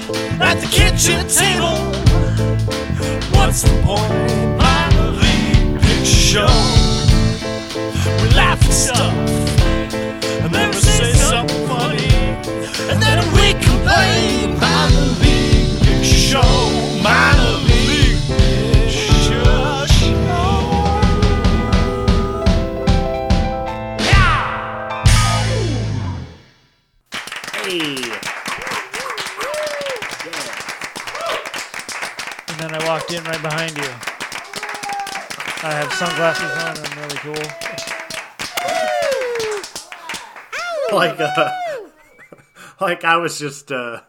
the kitchen table. What's the point? By the lead show. We laugh at stuff and then we say something funny. And then we complain. Minor league big show. Minor league big show. Hey. And then I walked in right behind you. I have sunglasses on. I'm really cool. like uh, like I was just uh,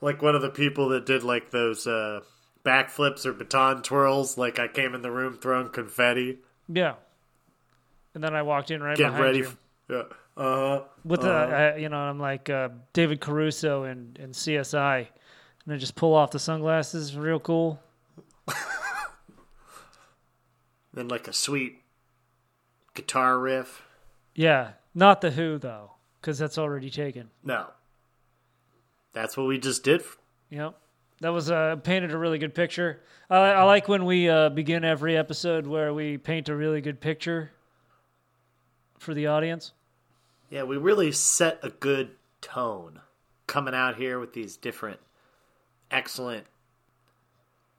like one of the people that did like those uh, backflips or baton twirls. Like I came in the room throwing confetti, Yeah. And then I walked in right getting behind ready. you f- yeah. Uh, with the, uh, you know, I'm like uh, David Caruso and and CSI, and I just pull off the sunglasses, real cool. then like a sweet guitar riff. Yeah, not the Who though, because that's already taken. No, that's what we just did. Yep. That was uh, painted a really good picture. I I like when we uh, begin every episode where we paint a really good picture for the audience. Yeah, we really set a good tone coming out here with these different excellent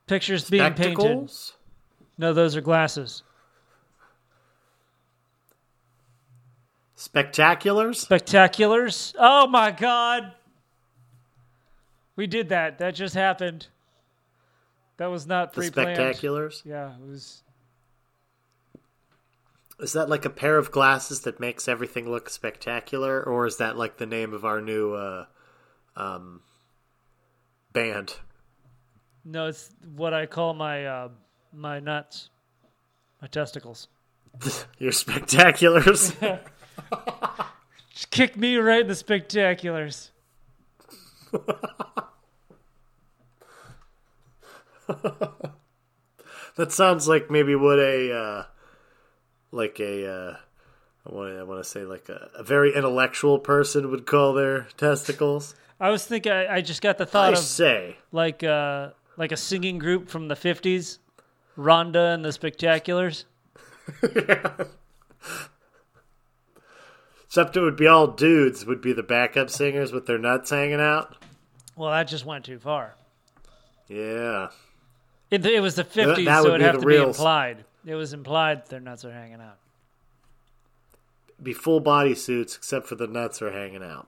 Pictures being painted. spectacles. No, those are glasses. Spectaculars. Spectaculars. Oh my God. We did that. That just happened. That was not The pre planned. spectaculars. Yeah, it was. Is that like a pair of glasses that makes everything look spectacular, or is that like the name of our new uh, um, band? No, it's what I call my uh, my nuts, my testicles. Your spectaculars. Just kick me right in the spectaculars. that sounds like maybe what a uh, like a uh, I want to I want to say like a, a very intellectual person would call their testicles. I was thinking. I, I just got the I thought of say like uh, like a singing group from the '50s, Rhonda and the Spectaculars. except it would be all dudes would be the backup singers with their nuts hanging out. Well, that just went too far. Yeah, It, it was the '50s, that so would it'd be have the to be real- implied. It was implied that their nuts are hanging out. be full body suits except for the nuts are hanging out.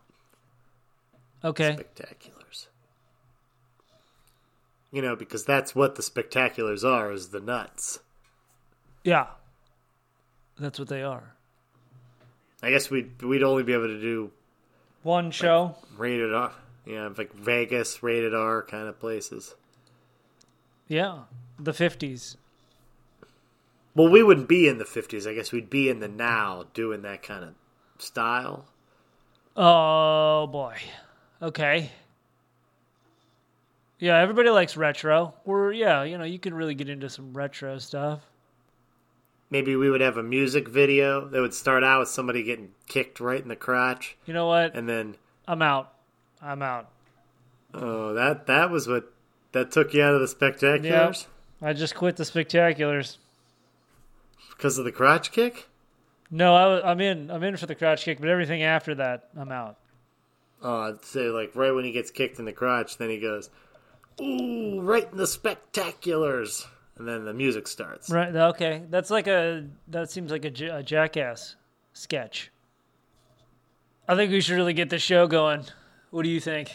Okay, spectaculars. You know, because that's what the spectaculars are is the nuts. yeah, that's what they are. I guess we'd we'd only be able to do One show. rated R, you know, like Vegas rated R kind of places. Yeah, the '50s. Well, we wouldn't be in the 50s. I guess we'd be in the now doing that kind of style. Oh boy. Okay. Yeah, everybody likes retro. We're yeah, you know, you can really get into some retro stuff. Maybe we would have a music video that would start out with somebody getting kicked right in the crotch You know what? and then I'm out. I'm out. oh, that that was what that took you out of the Yeah. spectaculars I just quit the spectaculars. because of the crotch kick? No, I, wa- I'm in. I'm in for the crotch kick, but everything after that, I'm out. Oh, I'd say like right when he gets kicked in the crotch, then he goes, "Ooh, right in the spectaculars," and then the music starts. Right. Okay. That's like a. That seems like a, j- a jackass sketch. I think we should really get the show going. What do you think?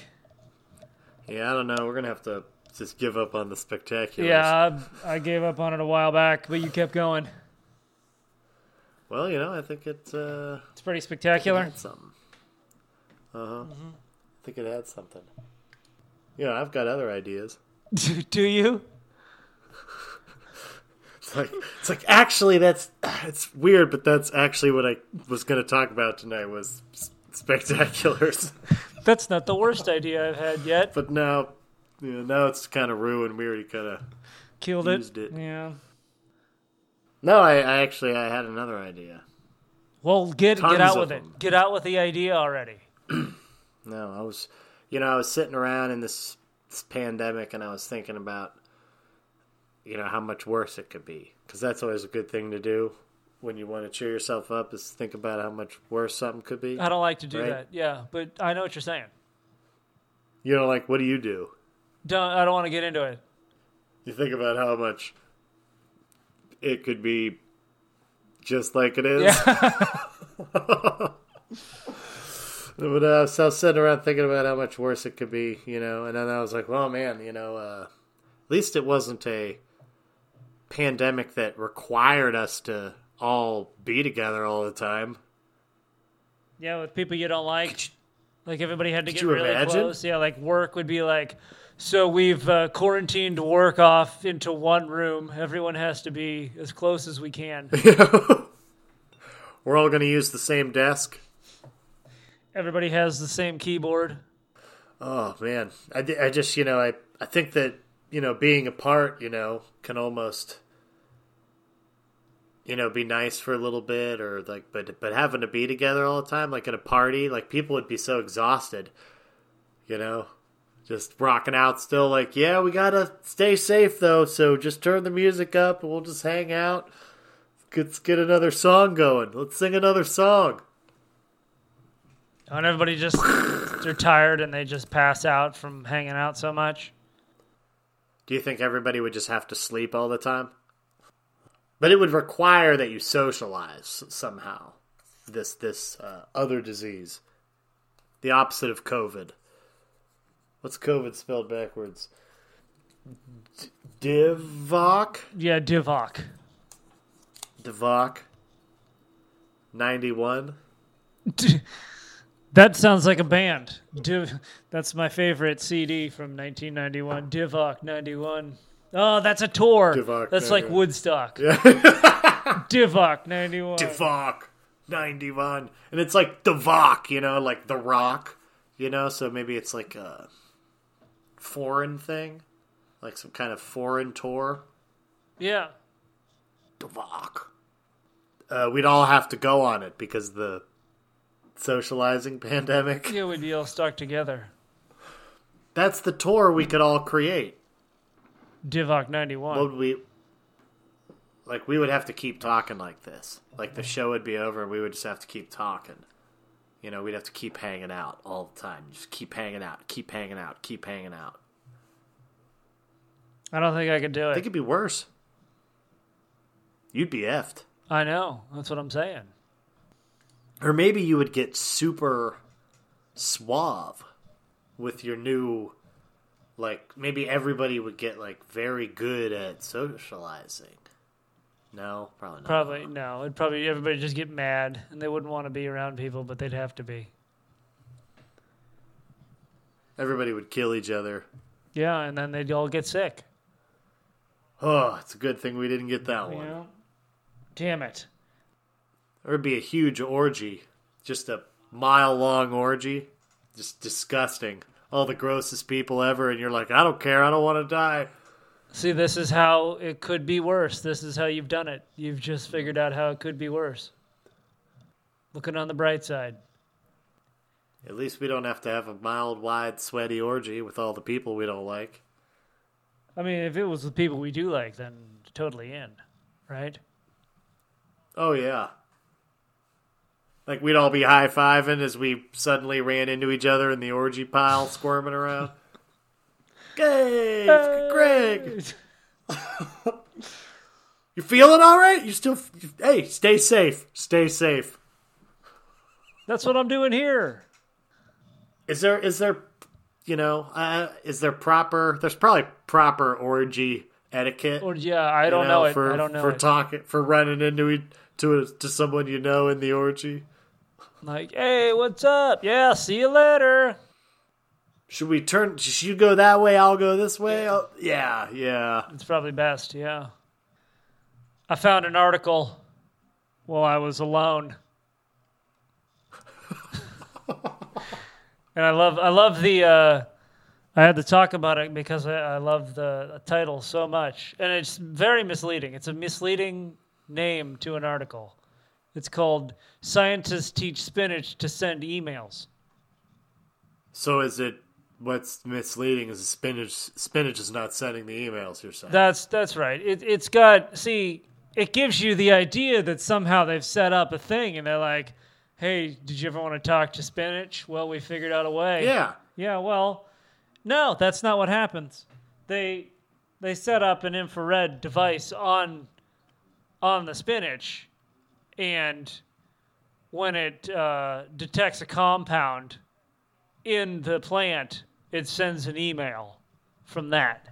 Yeah, I don't know. We're gonna have to just give up on the spectaculars. Yeah, I, I gave up on it a while back, but you kept going. Well, you know, I think it, uh, It's pretty it spectacular. had something. Uh huh. I think it had something. You know, I've got other ideas. Do, do you? It's like it's like actually that's it's weird, but that's actually what I was gonna talk about tonight was s- spectaculars. That's not the worst idea I've had yet. but now, you know, now it's kind of ruined. We already kind of. Killed it. Used it. Yeah. No, I, I actually I had another idea. Well, get Tons get out of with them. it. Get out with the idea already. No, I was, you know, I was sitting around in this this pandemic and I was thinking about, you know, how much worse it could be. Because that's always a good thing to do when you want to cheer yourself up is think about how much worse something could be. I don't like to do Right. that. Yeah, but I know what you're saying. You know, like, what do you do? Don't I don't want to get into it. You think about how much it could be just like it is. but uh, so I was sitting around thinking about how much worse it could be, you know, and then I was like, well, man, you know, uh, at least it wasn't a pandemic that required us to all be together all the time. Yeah, with people you don't like. Like everybody had to Could get you really imagine? close. Yeah, like work would be like, so we've uh, quarantined work off into one room. Everyone has to be as close as we can. We're all going to use the same desk. everybody has the same keyboard. Oh man, I, di- I just you know I I think that you know being apart you know can almost you know be nice for a little bit or like but but having to be together all the time like at a party like people would be so exhausted, you know, just rocking out still like yeah we gotta stay safe though so just turn the music up and we'll just hang out. Let's get another song going. Let's sing another song. And everybody just they're tired and they just pass out from hanging out so much. Do you think everybody would just have to sleep all the time? But it would require that you socialize somehow. This this uh, other disease, the opposite of COVID. What's COVID spelled backwards? D- Divock, Yeah, Divock. Divock. Ninety-one. That sounds like a band. Div- that's my favorite CD from 1991. Divock 91. Oh, that's a tour. Divock that's 91. like Woodstock. Divock 91. Divock, ninety-one, and it's like Divock, you know, like the Rock, you know. So maybe it's like a foreign thing, like some kind of foreign tour. yeah. Dvock. Uh, we'd all have to go on it because the socializing pandemic. Yeah, we'd be all stuck together. That's the tour we could all create. Divock 91. What would we like? We would have to keep talking like this. Like the show would be over, and we would just have to keep talking. You know, we'd have to keep hanging out all the time. Just keep hanging out, keep hanging out, keep hanging out. I don't think I could do I it. think it'd be worse. You'd be effed. I know. That's what I'm saying. or maybe you would get super suave with your new like maybe everybody would get like very good at socializing no probably not Probably, no. It'd probably, everybody just get mad and they wouldn't want to be around people, but they'd have to be. everybody would kill each other Yeah, and then they'd all get sick. oh it's a good thing we didn't get that You one know? Damn it. there would be a huge orgy just a mile long orgy just disgusting all the grossest people ever and you're like i don't care i don't want to die See, this is how it could be worse. This is how you've done it. You've just figured out how it could be worse. Looking on the bright side. At least we don't have to have a mild, wide, sweaty orgy with all the people we don't like. I mean, if it was the people we do like, then totally in, right? Oh, yeah. Like, we'd all be high fiving as we suddenly ran into each other in the orgy pile, squirming around. Gabe! Greg! You feeling all right? You still. Hey, stay safe. Stay safe. That's what I'm doing here. Is there is there you know uh, is there proper there's probably proper orgy etiquette Or yeah, I don't you know, it. For, I don't know for it. talking for running into e- to a, to someone you know in the orgy. like, hey, what's up? Yeah, see you later. Should we turn? Should you go that way? I'll go this way. Oh, yeah, yeah. It's probably best, yeah. I found an article while I was alone. and I love I love the uh, I had to talk about it because I, I love the title so much. And it's very misleading. It's a misleading name to an article. It's called Scientists Teach Spinach to Send Emails. So is it what's misleading is spinach. Spinach is not sending the emails you're saying. That's that's right. It, it's got see. It gives you the idea that somehow they've set up a thing, and they're like, "Hey, did you ever want to talk to Spinach? Well, we figured out a way." yeah, Yeah. Well, no, that's not what happens. They they set up an infrared device on on the spinach, and when it uh, detects a compound in the plant, it sends an email from that.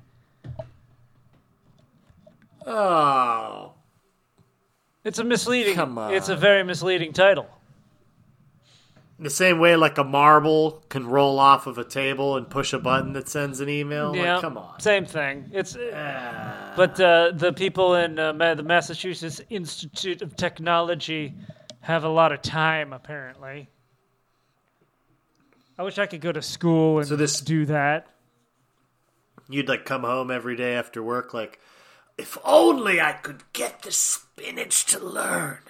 Oh, It's a misleading. Come on. It's a very misleading title. the same way like a marble can roll off of a table and push a button that sends an email. yeah. Like, Oh, come on. Ah. Same thing. It's. But uh, the people in uh, Ma- the Massachusetts Institute of Technology have a lot of time, apparently. I wish I could go to school and So this- do that. You'd like come home every day after work, like, if only I could get the spinach to learn.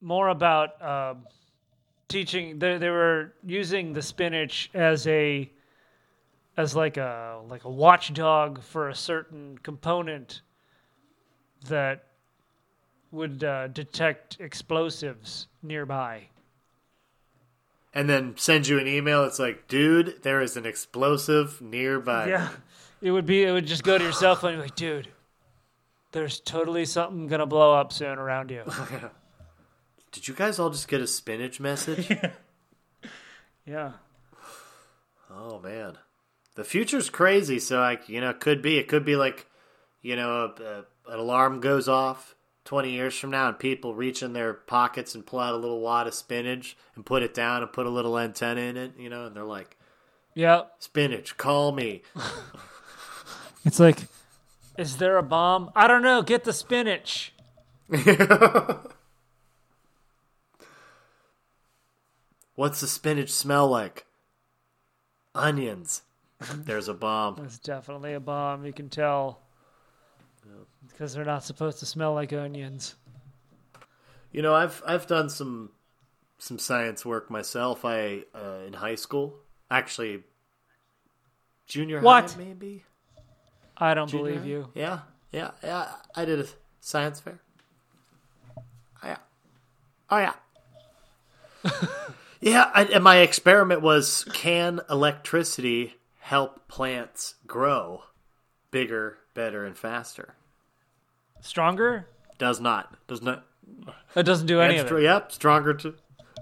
more about um, teaching. They, they were using the spinach as a as like a like a watchdog for a certain component that would uh, detect explosives nearby. And then send you an email. It's like, dude, there is an explosive nearby. Yeah, it would be. It would just go to your cell phone. And be like, dude, there's totally something gonna blow up soon around you. Did you guys all just get a spinach message? yeah. Oh man, the future's crazy. So like you know, it could be it could be like you know a, a, an alarm goes off twenty years from now, and people reach in their pockets and pull out a little wad of spinach and put it down and put a little antenna in it. You know, and they're like, Yeah. "Spinach, call me." It's like, is there a bomb? I don't know. Get the spinach. What's the spinach smell like? Onions. There's a bomb. It's definitely a bomb. You can tell because they're not supposed to smell like onions. You know, I've I've done some some science work myself. I uh, in high school, actually, junior What? high maybe. I don't Junior believe high? you. Yeah, yeah, yeah. I did a science fair. Oh yeah, oh yeah. yeah, I, and my experiment was: can electricity help plants grow bigger, better, and faster? Stronger? Does not. Does not. That doesn't do any That's of true. it. Yep, stronger too.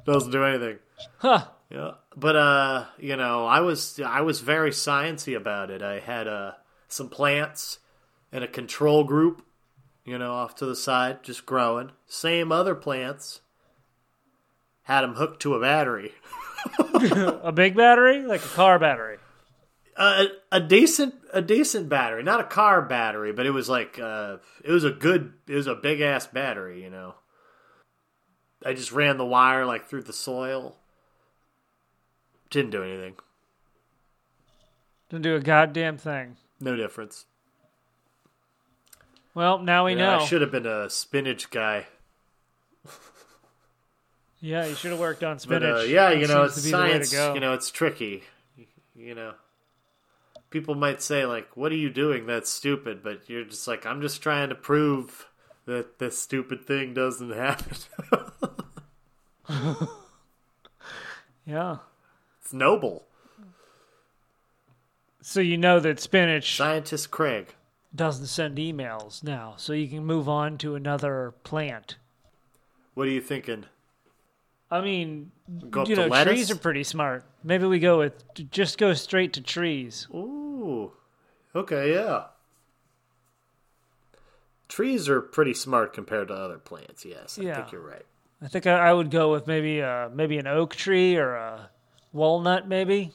Doesn't do anything. Huh. Yeah, but uh, you know, I was I was very sciency about it. I had uh some plants and a control group, you know, off to the side, just growing. Same other plants. Had them hooked to a battery, A big battery, like a car battery. uh, a decent a decent battery, not a car battery, but it was like uh, it was a good, it was a big ass battery, you know. I just ran the wire like through the soil. Didn't do anything. Didn't do a goddamn thing. No difference. Well, now we Yeah, know. I should have been a spinach guy. Yeah, you should have worked on But spinach. uh, yeah, That you know, it's seems to be the way to science. go. You know, it's tricky. You know, people might say like, "What are you doing? That's stupid." But you're just like, "I'm just trying to prove that this stupid thing doesn't happen." Yeah. it's noble, So you know that spinach scientist Craig. doesn't send emails now, so you can move on to another plant. What are you thinking? I mean, Go up you to know, lettuce. trees are pretty smart. Maybe we go with just go straight to trees. Ooh, okay, yeah. Trees are pretty smart compared to other plants. Yes, I Yeah. think you're right. I think I, I would go with maybe uh, maybe an oak tree or a walnut, maybe.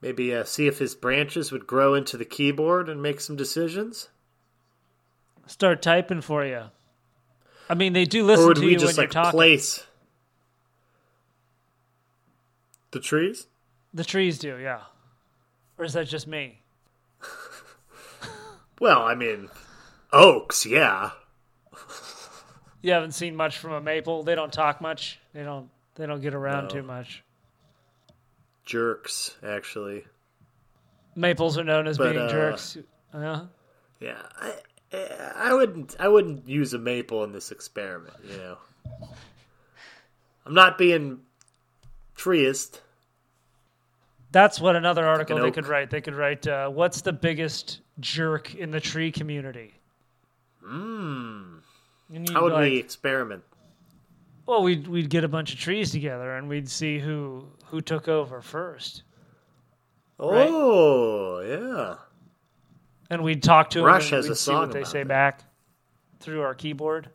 Maybe uh, see if his branches would grow into the keyboard and make some decisions. Start typing for you. I mean, they do listen or would to we you just when like you're talking. place the trees? The trees do, yeah. Or is that just me? Well, I mean, oaks, yeah. You haven't seen much from a maple. They don't talk much. They don't. They don't get around too much. jerks, actually. Maples are known as But, being uh, jerks. Uh-huh. Yeah. Yeah, I, I- I wouldn't. I wouldn't use a maple in this experiment. You know, I'm not being treeist. That's what another article an they oak. could write. They could write, uh, "What's the biggest jerk in the tree community?" Mm. Hmm. How would we experiment? Well, we'd we'd get a bunch of trees together and we'd see who who took over first, right. Oh, yeah. and we'd talk to 'em Rush and has we'd a see song what they about say that. back through our keyboard.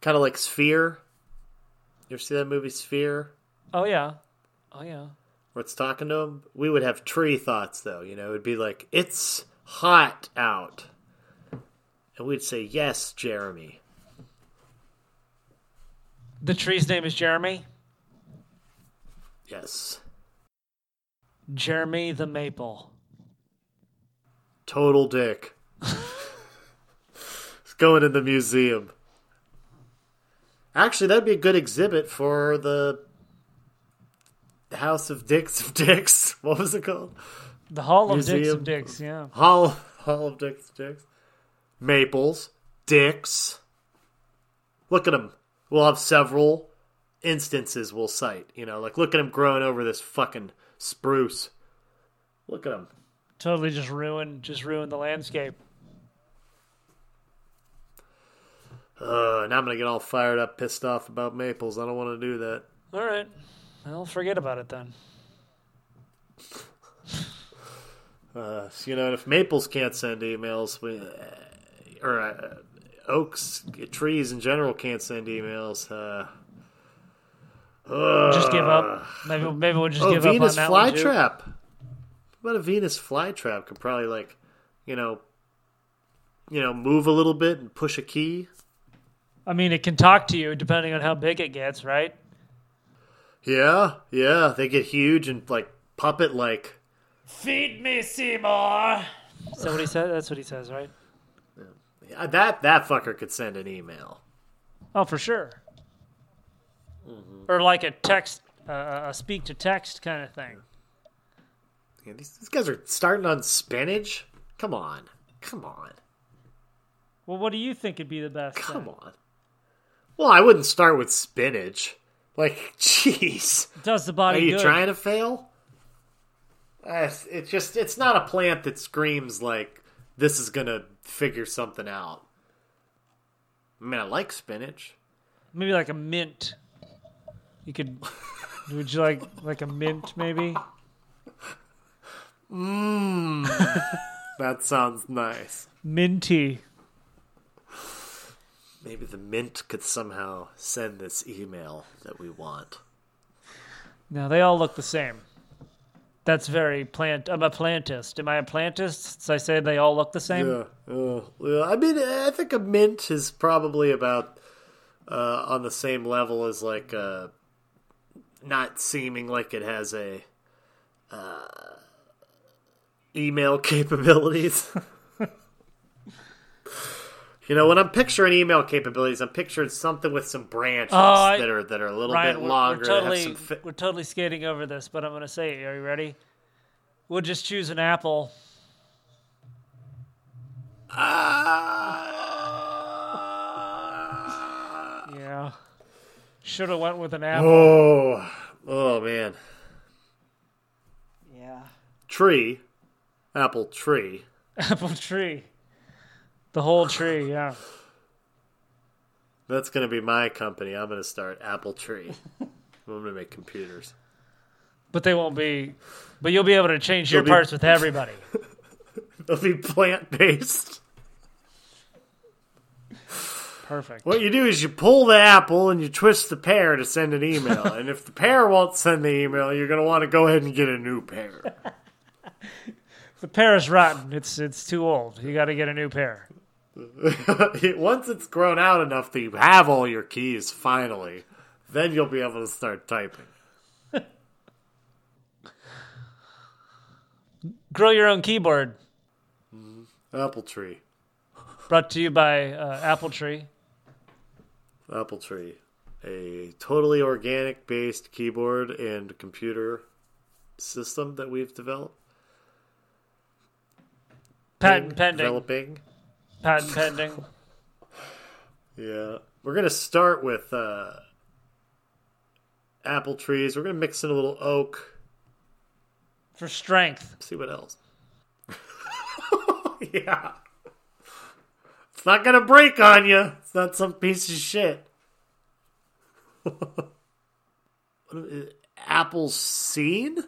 Kind of like Sphere. You ever see that movie Sphere? Oh yeah, oh yeah. Where it's talking to him. We would have tree thoughts though. You know, it'd be like it's hot out, and we'd say yes, Jeremy. The tree's name is Jeremy. Yes. Jeremy the maple. Total dick. it's going in the museum. Actually, that'd be a good exhibit for the House of Dicks of Dicks. What was it called? The Hall of Dicks Museum. of Dicks. Yeah. Hall, Hall of Dicks of Dicks. Maples. Dicks. Look at them. We'll have several instances we'll cite. You know, like look at him growing over this fucking spruce. Look at him. totally just ruin just ruin the landscape. Uh, now I'm gonna get all fired up, pissed off about maples. I don't want to do that. All right, well, forget about it then. Uh, so, you know, and if maples can't send emails, we, or uh, oaks, trees in general can't send emails. Uh, uh, Just give up. Maybe maybe we'll just oh, give Venus up on that one too. flytrap. What a Venus flytrap could probably like, you know, you know, move a little bit and push a key. I mean, it can talk to you depending on how big it gets, right? Yeah, yeah, they get huge and like puppet like. Feed me, Seymour. Is that what he said? That's what he says, right? Yeah, That that fucker could send an email. Oh, for sure. Or like a text, uh, a speak to text kind of thing. Yeah, these, these guys are starting on spinach. Come on, come on, Well, what do you think would be the best? come then? on. Well, I wouldn't start with spinach. Like, jeez, Does the are body you good? trying to fail? Uh, It's, it's just it's not a plant that screams like this is gonna figure something out. I mean, I like spinach. Maybe like a mint. You could. would you like like a mint? Maybe. That sounds nice. Minty. Maybe the mint could somehow send this email that we want. No, they all look the same. That's very plant. I'm a plantist. Am I a plantist? Since I say they all look the same. Yeah, uh, yeah. I mean, I think a mint is probably about uh, on the same level as like uh, not seeming like it has a uh, email capabilities. you know, when I'm picturing email capabilities, I'm picturing something with some branches Oh, I- that are that are a little Ryan, bit we're, longer. we're that have totally some fi- we're totally skating over this, but I'm gonna say it. Are you ready? We'll just choose an apple. Ah! Yeah. Should have went with an apple. oh, oh man. Yeah. tree, apple tree. Apple tree. The whole tree. Yeah. That's going to be my company. I'm going to start Apple Tree. I'm going to make computers. But they won't be. But you'll be able to change your They'll be- parts with everybody. They'll be plant based. Perfect. What you do is you pull the apple and you twist the pear to send an email. and if the pear won't send the email, you're going to want to go ahead and get a new pear. The pear is rotten. It's it's too old. You got to get a new pear. Once it's grown out enough that you have all your keys finally, then you'll be able to start typing. Grow your own keyboard. Apple Tree. Brought to you by uh, Apple Tree. Apple Tree, a totally organic based keyboard and computer system that we've developed. Patent pending. Developing. Patent pending. Yeah. We're going to start with uh, apple trees. We're going to mix in a little oak. For strength. See what else. yeah. It's not going to break on you. It's not some piece of shit. Apple scene?